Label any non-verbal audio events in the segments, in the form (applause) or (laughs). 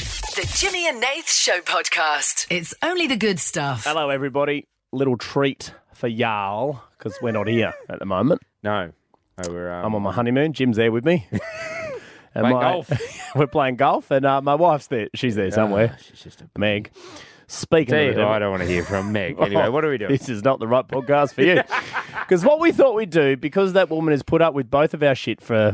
The Jimmy and Nath Show Podcast. It's only the good stuff. Hello, everybody. Little treat for y'all because we're not here at the moment. No. No, we're um, I'm on my honeymoon. Jim's there with me. (laughs) and Playing (laughs) golf. (laughs) Ah, we're playing golf, and uh, my wife's there. She's there somewhere. She's just a Meg. Speaking Gee, of the devil- I don't want to hear (laughs) from Meg. Anyway, what are we doing? This is not the right podcast for (laughs) you. Because what we thought we'd do, because that woman has put up with both of our shit for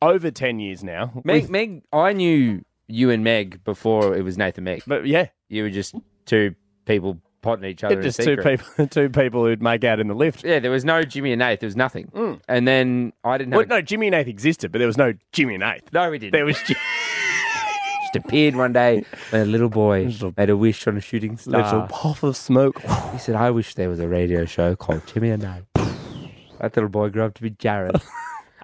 over 10 years now. we- Meg, Meg, I knew you and Meg before it was Nathan Meg. but yeah, You were just two people potting each other. in just two secret. people, (laughs) two people who'd make out in the lift. Yeah, there was no Jimmy and Nate. There was nothing. Mm. And then I didn't Well, have. no, Jimmy and Nath existed, but there was no Jimmy and Nath. no, we didn't. There was Jim- just appeared one day, and a little boy made a wish on a shooting star. little puff of smoke. (laughs) He said, "I wish there was a radio show called Jimmy and Nate." that little boy grew up to be Jared. (laughs)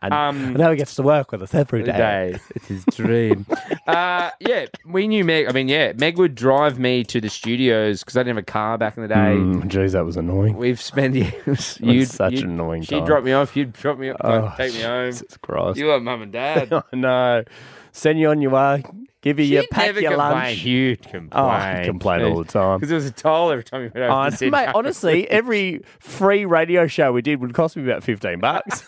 And, Um, and now he gets to work with us every day. day. It's his (laughs) dream. uh, yeah, we knew Meg. I mean, yeah, Meg would drive me to the studios because I didn't have a car back in the day. Mm, geez, that was annoying. We've spent (laughs) years. You'd, such you'd- an annoying She'd time. drop me off. You'd drop me off. Oh, take me home. Jesus Christ. (laughs) You are mum and (laughs) dad. I know. Send you on your way. Give you your You'd pack never your complain. lunch. You'd Oh, complain. I complain (laughs) all the time. Because it was a toll every time you went over Oh, to Sydney. mate, honestly, every free radio show we did would cost me about fifteen bucks.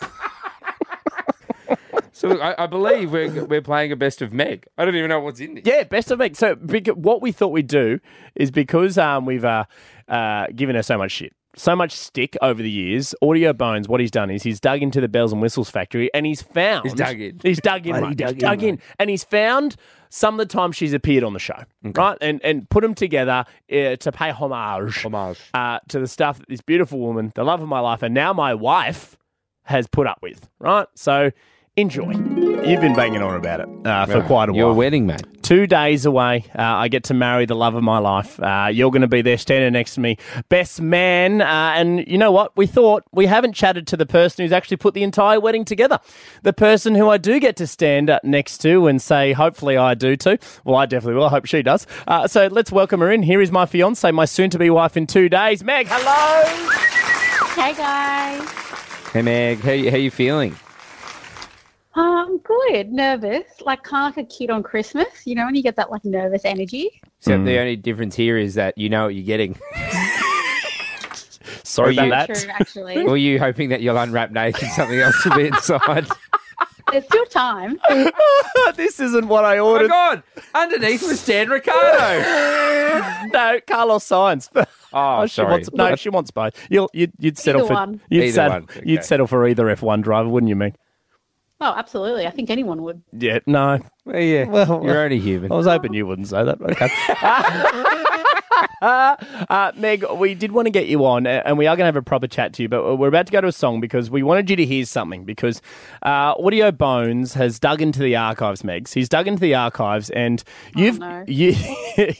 So I, I believe we're, we're playing a best of Meg. I don't even know what's in this. yeah, best of me. So bec- what we thought we'd do is because um, we've uh, uh, given her so much shit, so much stick over the years. Audio Bones, what he's done is he's dug into the bells and whistles factory and he's found He's dug in. He's dug in, mate. He's dug in, and he's found some of the time she's appeared on the show, right? And and put them together uh, to pay homage. Homage. uh, to the stuff that this beautiful woman, the love of my life, and now my wife has put up with, right? So enjoy. You've been banging on about it uh, for quite a Your while. wedding, mate. Two days away, uh, I get to marry the love of my life. Uh, you're going to be there standing next to me, best man. Uh, and you know what? We thought we haven't chatted to the person who's actually put the entire wedding together. The person who I do get to stand uh, next to and say, hopefully I do too. Well, I definitely will. I hope she does. Uh, so let's welcome her in. Here is my fiance, my soon to be wife in two days, Meg. Hello. Hey guys. Hey, Meg, how, you- how you feeling? I'm good. Nervous. Like kind of like a kid on Christmas. You know when you get that like nervous energy. Except the only difference here is that you know what you're getting. Sorry Are you- about True, that. actually. Were you hoping that you'll unwrap Nathan something else will be inside? There's still time. (laughs) this isn't what I oh my ordered. god! Underneath was Dan Ricardo. no, Carlos Sainz. (laughs) (laughs) Oh, Oh, she sorry. wants, no, she wants both. You'll, you'd, you'd settle Either for one. You'd, Either settle, one, okay. you'd settle for either F1 driver, wouldn't you, mean? Oh, absolutely. I think anyone would. Yeah, no. Well, yeah, Well, you're only human. I was hoping you wouldn't say that. Okay. (laughs) uh, Meg, we did want to get you on, uh, and we are going to have a proper chat to you, but we're about to go to a song because we wanted you to hear something. Because uh, Audio Bones has dug into the archives, Megs. He's dug into the archives, and you've no. (laughs) you,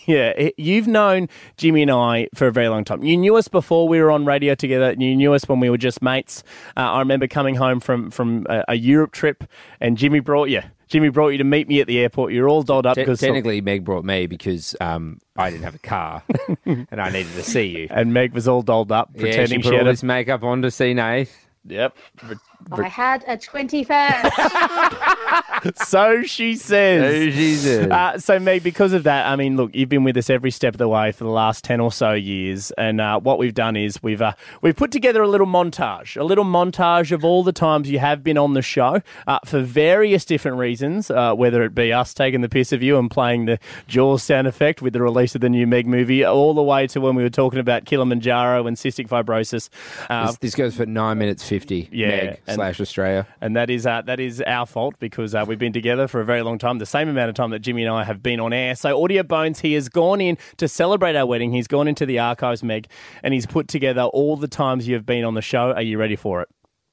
yeah, you've known Jimmy and I for a very long time. You knew us before we were on radio together. You knew us when we were just mates. Uh, I remember coming home from from a, a Europe trip, and Jimmy brought you. Jimmy brought you to meet me at the airport. You're all dolled up Te- because technically, Meg brought me because um, I didn't have a car and I needed to see you. and Meg was all dolled up, Yeah, pretending she she, put all had a this makeup on to see Nate. Yep. I had a 21st. so she says. Jesus. Uh, so, Meg, because of that, I mean, look, you've been with us every step of the way for the last ten or so years, and uh, what we've done is we've uh, we've put together a little montage, a little montage of all the times you have been on the show uh, for various different reasons, uh, whether it be us taking the piss of you and playing the Jaws sound effect with the release of the new Meg movie, all the way to when we were talking about Kilimanjaro and cystic fibrosis. Uh, this, this goes for nine minutes fifty. Yeah, Meg and- slash Australia. And that is uh, that is our fault because uh, we've been together for a very long time, the same amount of time that Jimmy and I have been on air. So Audio Bones, he has gone in to celebrate our wedding. He's gone into the archives, Meg, and he's put together all the times you've been on the show. Are you ready for it?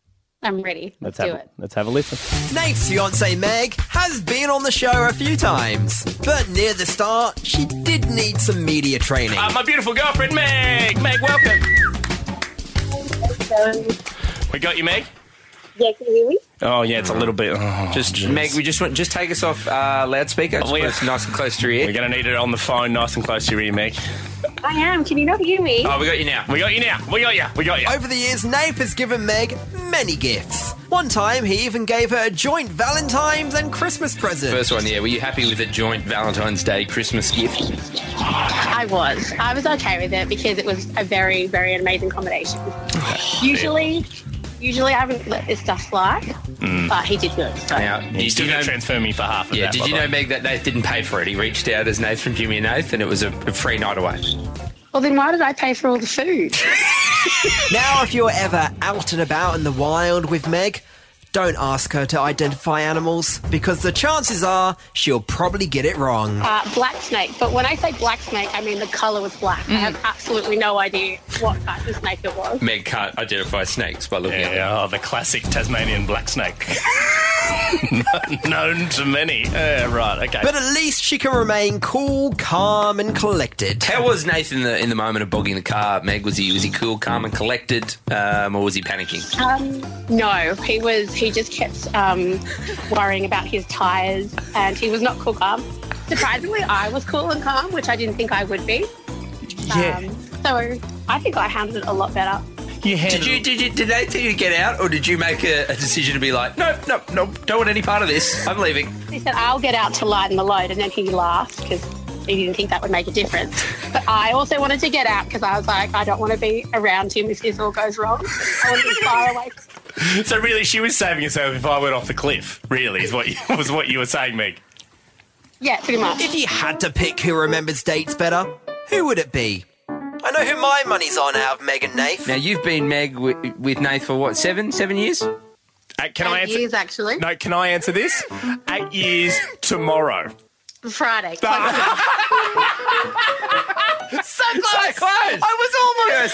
(laughs) I'm ready. Let's, do have it. Let's have a listen. Nate's fiancee Meg has been on the show a few times, but near the start, she did need some media training. Uh, my beautiful girlfriend, Meg. Meg, welcome. We got you, Meg. Yeah, can you hear me? Oh yeah, it's a little bit. Just Meg, we just want just take us off uh, loudspeaker. Just Oh, yeah. put us nice and close to your ear. gonna need it on the phone, nice and close to your ear, Meg. I am. Can you not hear me? Oh, we got you now. We got you now. We got you. We got you. Over the years, Nath has given Meg many gifts. One time, he even gave her a joint Valentine's and Christmas present. First one, yeah. Were you happy with a joint Valentine's Day Christmas gift? I was. I was okay with it because it was a very, very amazing combination. usually, usually I would let this stuff slide, Mm. but he did good. So. Now, He's did still you going know? to transfer me for half of Yeah, that. did by you the know, way. Meg, that Nath didn't pay for it? He reached out as Nath from Jimmy and Nath, and it was a, a free night away. Well, then why did I pay for all the food? Now, if you're ever out and about in the wild with Meg, don't ask her to identify animals because the chances are she'll probably get it wrong. uh, black snake. But when I say black snake, I mean the color was black. Mm. I have absolutely no idea what type of snake it was. Meg can't identify snakes by looking Yeah, at them. yeah, oh, the classic Tasmanian black snake. (laughs) Known to many. Yeah, right, okay. But at least she can remain cool, calm, and collected. How was Nath in the in the moment of bogging the car? Meg, was he was he cool, calm, and collected, um, or was he panicking? Um, no, he was. He just kept um, worrying about his tires, and he was not cool calm. Surprisingly, I was cool and calm, which I didn't think I would be. Yeah. Um, so I think I handled it a lot better. you Did handled you did you did Nath tell you to get out, or did you make a, a decision to be like, nope, nope, nope, don't want any part of this. I'm leaving. He said, "I'll get out to lighten the load," and then he laughed because he didn't think that would make a difference. But I also wanted to get out because I was like, I don't want to be around him if this all goes wrong. I want to be far away. So really, she was saving herself if I went off the cliff. Really, is what you, (laughs) was what you were saying, Meg. Yeah, pretty much. If you had to pick who remembers dates better, who would it be? I know who my money's on out of Meg and Nath. Now you've been Meg with, with Nath for what seven seven years? Uh, can I Eight answer? years actually. No, can I answer this? Eight years tomorrow. Friday. So close! So close! I was almost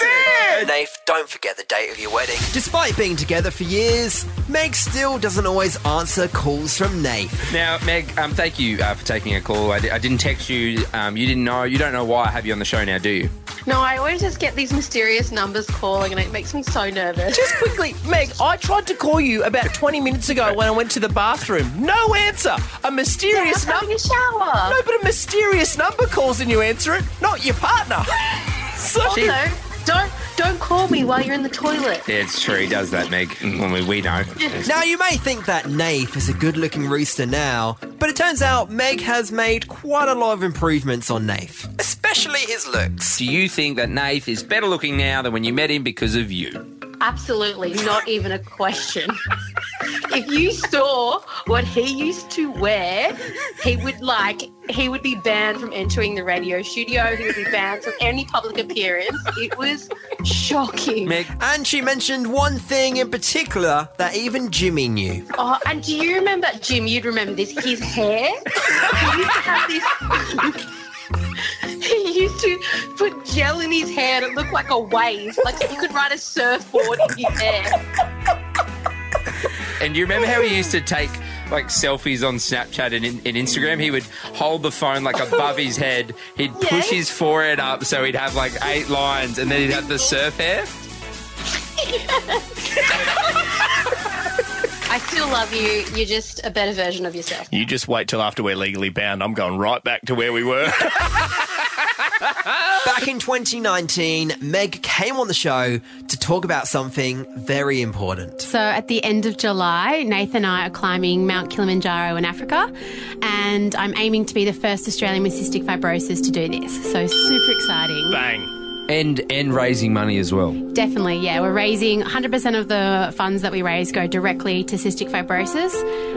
Yes. there! Nath, don't forget the date of your wedding. Despite being together for years, Meg still doesn't always answer calls from Nath. Now, Meg, um, thank you uh, for taking a call. I, di- I didn't text you. Um, you didn't know. You don't know why I have you on the show now, do you? No, I always just get these mysterious numbers calling and it makes me so nervous. Just quickly, Meg, I tried to call you about 20 minutes ago when I went to the bathroom. No answer. A mysterious I'm number. having a shower. No, but a mysterious number calls and you answer it, not your (laughs) partner. so Also, don't don't call me while you're in the toilet. Yeah, it's true. He does that, Meg. When we, we know. now you may think that Nath is a good-looking rooster now, but it turns out Meg has made quite a lot of improvements on Nath, especially his looks. Do you think that Nath is better looking now than when you met him because of you? Absolutely, not even a question. if you saw what he used to wear, he would like he would be banned from entering the radio studio. He would be banned from any public appearance. It was shocking. Meg, And she mentioned one thing in particular that even Jimmy knew. Oh, and do you remember, Jim? You'd remember this. His hair. he used to have this. (laughs) he used to put gel in his hair, and it looked like a wave. Like you could ride a surfboard in his hair. and you remember how he used to take like selfies on Snapchat and, in- and Instagram? He would hold the phone like above his head. He'd push Yes. his forehead up so he'd have like eight lines, and then he'd have the surf hair. I still love you. You're just a better version of yourself. You just wait till after we're legally bound. I'm going right back to where we were. (laughs) Back in 2019, Meg came on the show to talk about something very important. So at the end of July, Nathan and I are climbing Mount Kilimanjaro in Africa, and I'm aiming to be the first Australian with cystic fibrosis to do this. So super exciting. Bang. And and raising money as well. Definitely, yeah. We're raising 100% of the funds that we raise go directly to cystic fibrosis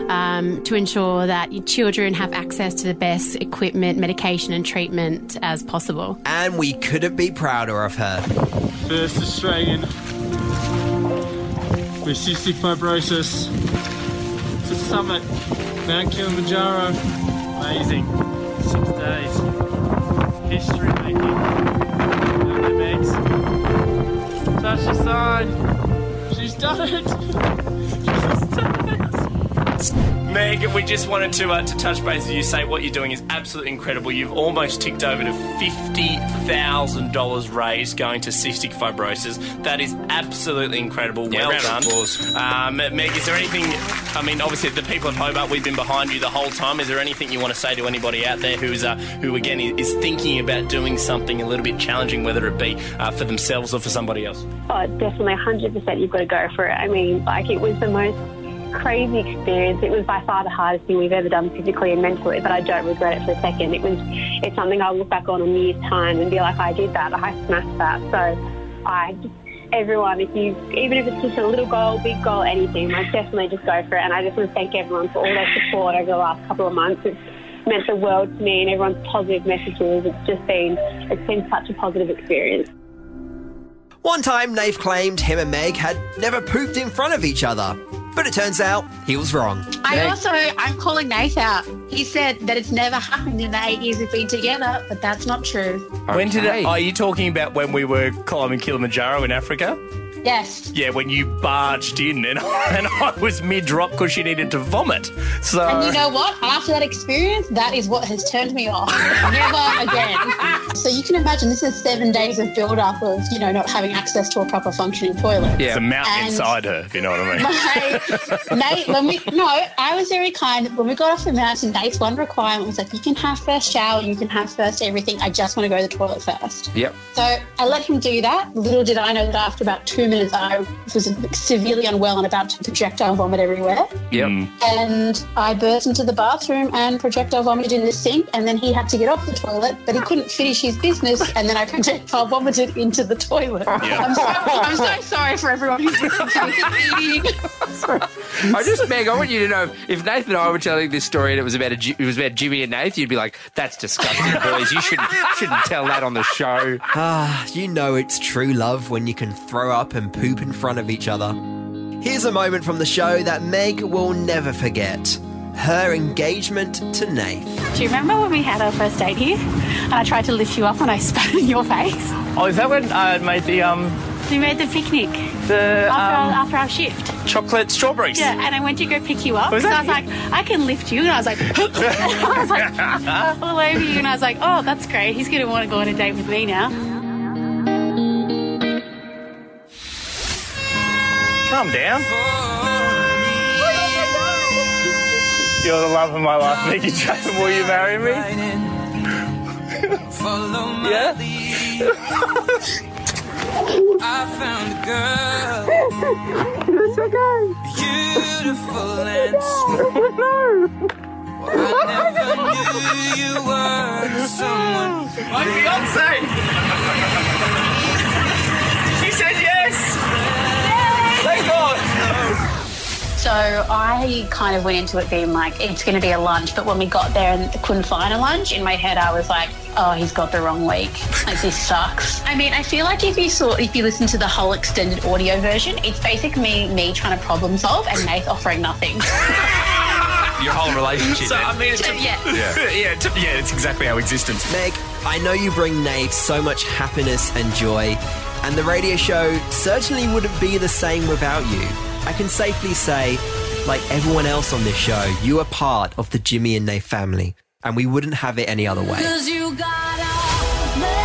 um, to ensure that your children have access to the best equipment, medication, and treatment as possible. And we couldn't be prouder of her. First Australian with cystic fibrosis to summit Mount Kilimanjaro. Amazing. Six days. History making. Don't they, Megs? Touch the sign. She's done it. (laughs) She's done it. Meg, we just wanted to uh, to touch base with you. Say what you're doing is absolutely incredible. You've almost ticked over to fifty thousand dollars raised going to cystic fibrosis. That is absolutely incredible. Yeah, well round of done. applause. Um, Meg, is there anything? I mean, obviously the people of Hobart, we've been behind you the whole time. Is there anything you want to say to anybody out there who's uh, who again i- is thinking about doing something a little bit challenging, whether it be uh, for themselves or for somebody else? Oh, definitely 100% you've got to go for it. I mean, like, it was the most crazy experience. It was by far the hardest thing we've ever done physically and mentally, but I don't regret it for a second. It was, it's something I'll look back on in years' time and be like, I did that, I smashed that. So I, everyone, if you, even if it's just a little goal, big goal, anything, like definitely just go for it. And I just want to thank everyone for all their support over the last couple of months. It's meant the world to me and everyone's positive messages. It's just been, it's been such a positive experience. One time, Nave claimed him and Meg had never pooped in front of each other. But it turns out he was wrong. I also, I'm calling Nate out. He said that it's never happened in the eight years we've been together, but that's not true. When did it? Are you talking about when we were climbing Kilimanjaro in Africa? Yes. Yeah, when you barged in and, (laughs) and I was mid drop because she needed to vomit. So And you know what? After that experience, that is what has turned me off. (laughs) Never again. So you can imagine this is seven days of build up of, you know, not having access to a proper functioning toilet. it's a mountain And- inside her. If you know what I mean. My Nate, when we no, I was very kind. When we got off the mountain, Nate's one requirement was like, you can have first shower, you can have first everything. I just want to go to the toilet first. Yep. So I let him do that. Little did I know that after about two minutes, I was severely unwell and about to projectile vomit everywhere. Yep. Mm. And I burst into the bathroom and projectile vomited in the sink. And then he had to get off the toilet, but he couldn't finish his business. And then I projectile vomited into the toilet. I'm, so, I'm so sorry for everyone who's listening to this eating. I just, Meg, I want you to know if- if Nathan and I were telling this story and it was about a, Ju- it was about Jimmy and Nath, you'd be like, "That's disgusting, boys. You shouldn't shouldn't tell that on the show." Ah, you know it's true love when you can throw up and poop in front of each other. Here's a moment from the show that Meg will never forget her engagement to Nath. Do you remember when we had our first date here? And I tried to lift you up and I (laughs) spat in your face. (laughs) Oh, is that when I made the um We made the picnic the after, our, um, after our shift. chocolate strawberries? Yeah, and I went to go pick you up Was because I that was like, I can lift you, and I was like, (laughs) I was like all over you, and I was like, oh, that's great. He's gonna want to go on a date with me now. Calm down. You're the love of my life, Nikki Jason. (laughs) Will you marry (laughs) me? yeah. (laughs) I found a girl. (laughs) It's okay. Beautiful and sweet. I never knew you (laughs) were someone. My fiance. She said yes. Thank God. So I kind of went into it being like, it's going to be a lunch. But when we got there and couldn't find a lunch, in my head, I was like, oh, he's got the wrong week. Like, this sucks. I mean, I feel like if you saw, if you listen to the whole extended audio version, it's basically me, me trying to problem solve and Nath offering (laughs) nothing. Your whole relationship. So, I mean, it's Yeah. yeah, yeah, t- yeah, it's exactly our existence. Meg, I know you bring Nath so much happiness and joy, and the radio show certainly wouldn't be the same without you. I can safely say, like everyone else on this show, you are part of the Jimmy and Nath family, and we wouldn't have it any other way. you gotta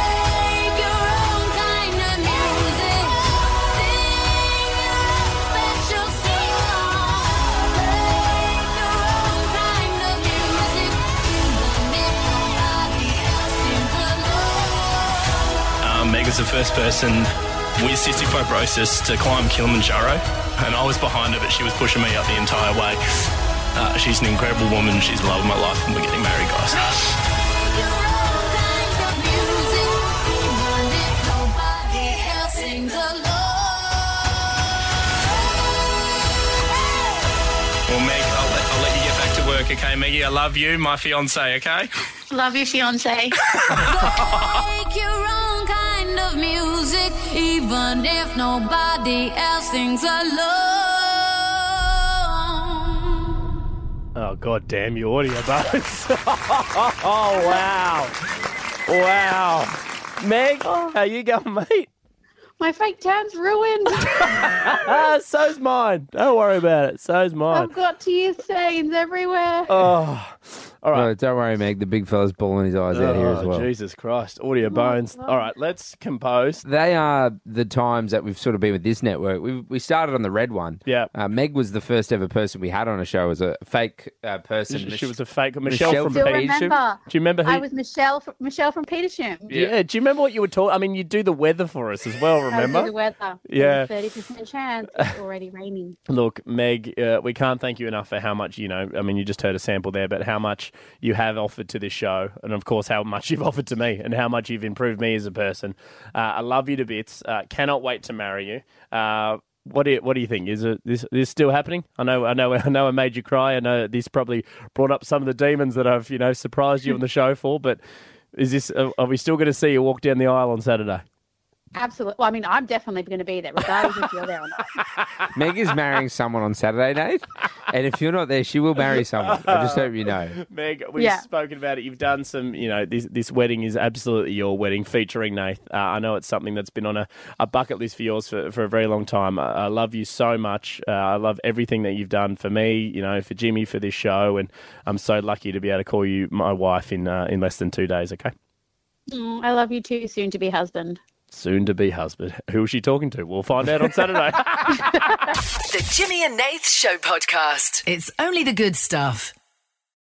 Um, Meg was the first person with cystic fibrosis to climb Kilimanjaro, and I was behind her, but she was pushing me up the entire way. Uh, she's an incredible woman. She's the love of my life, and we're getting married, guys. Well, Meg, I'll let, I'll let you get back to work, okay, Meggie? I love you, my fiance, okay? Love you, fiance. Make your own kind of music, even if nobody else sings along. Oh god damn you audio bugs. (laughs) oh wow. Wow. Meg, how you going, mate? My fake tan's ruined. Ah, So's mine. Don't worry about it. So's mine. got tear stains everywhere. Oh, All right. No, don't worry, Meg. The big fella's bawling his eyes out here as Oh, well. Jesus Christ. Audio bones. All right, let's compose. They are the times that we've sort of been with this network. We, we started on the red one. Yeah. Uh, Meg was the first ever person we had on a show as a fake uh, person. She- she was a fake Michelle from Still remember? Do you remember who? I was Michelle. From, Michelle from Petersham. yeah. Do you remember what you were talking? I mean, you do the weather for us as well. I was in Remember? The weather. Yeah. Thirty percent chance. (laughs) It's already raining. Look, Meg, uh, we can't thank you enough for how much you know. I mean, you just heard a sample there, but how much you have offered to this show, and of course, how much (laughs) you've offered to me, and how much you've improved me as a person. Uh, I love you to bits. Uh, cannot wait to marry you. Uh, what do you, What do you think? Is it this this still happening? I know, I know, (laughs) I know. I made you cry. I know this probably brought up some of the demons that I've you know surprised you on the show for. But is this? uh, Are are we still going to see you walk down the aisle on Saturday? Absolutely. Well, I mean, I'm definitely going to be there, regardless if you're there or (laughs) not. Meg is marrying someone on Saturday, Nate. And if you're not there, she will marry someone. I just hope you know. Meg, we've Yeah. spoken about it. You've done some, you know, this, this wedding is absolutely your wedding featuring Nath. Uh, I know it's something that's been on a, a bucket list for yours for, for a very long time. I, I love you so much. Uh, I love everything that you've done for me, you know, for Jimmy, for this show. And I'm so lucky to be able to call you my wife in, uh, in less than two days, okay? Mm, I love you too. Soon to be husband. Soon to be husband. (laughs) Who is she talking to? We'll find out on Saturday. The Jimmy and Nath Show podcast. It's only the good stuff.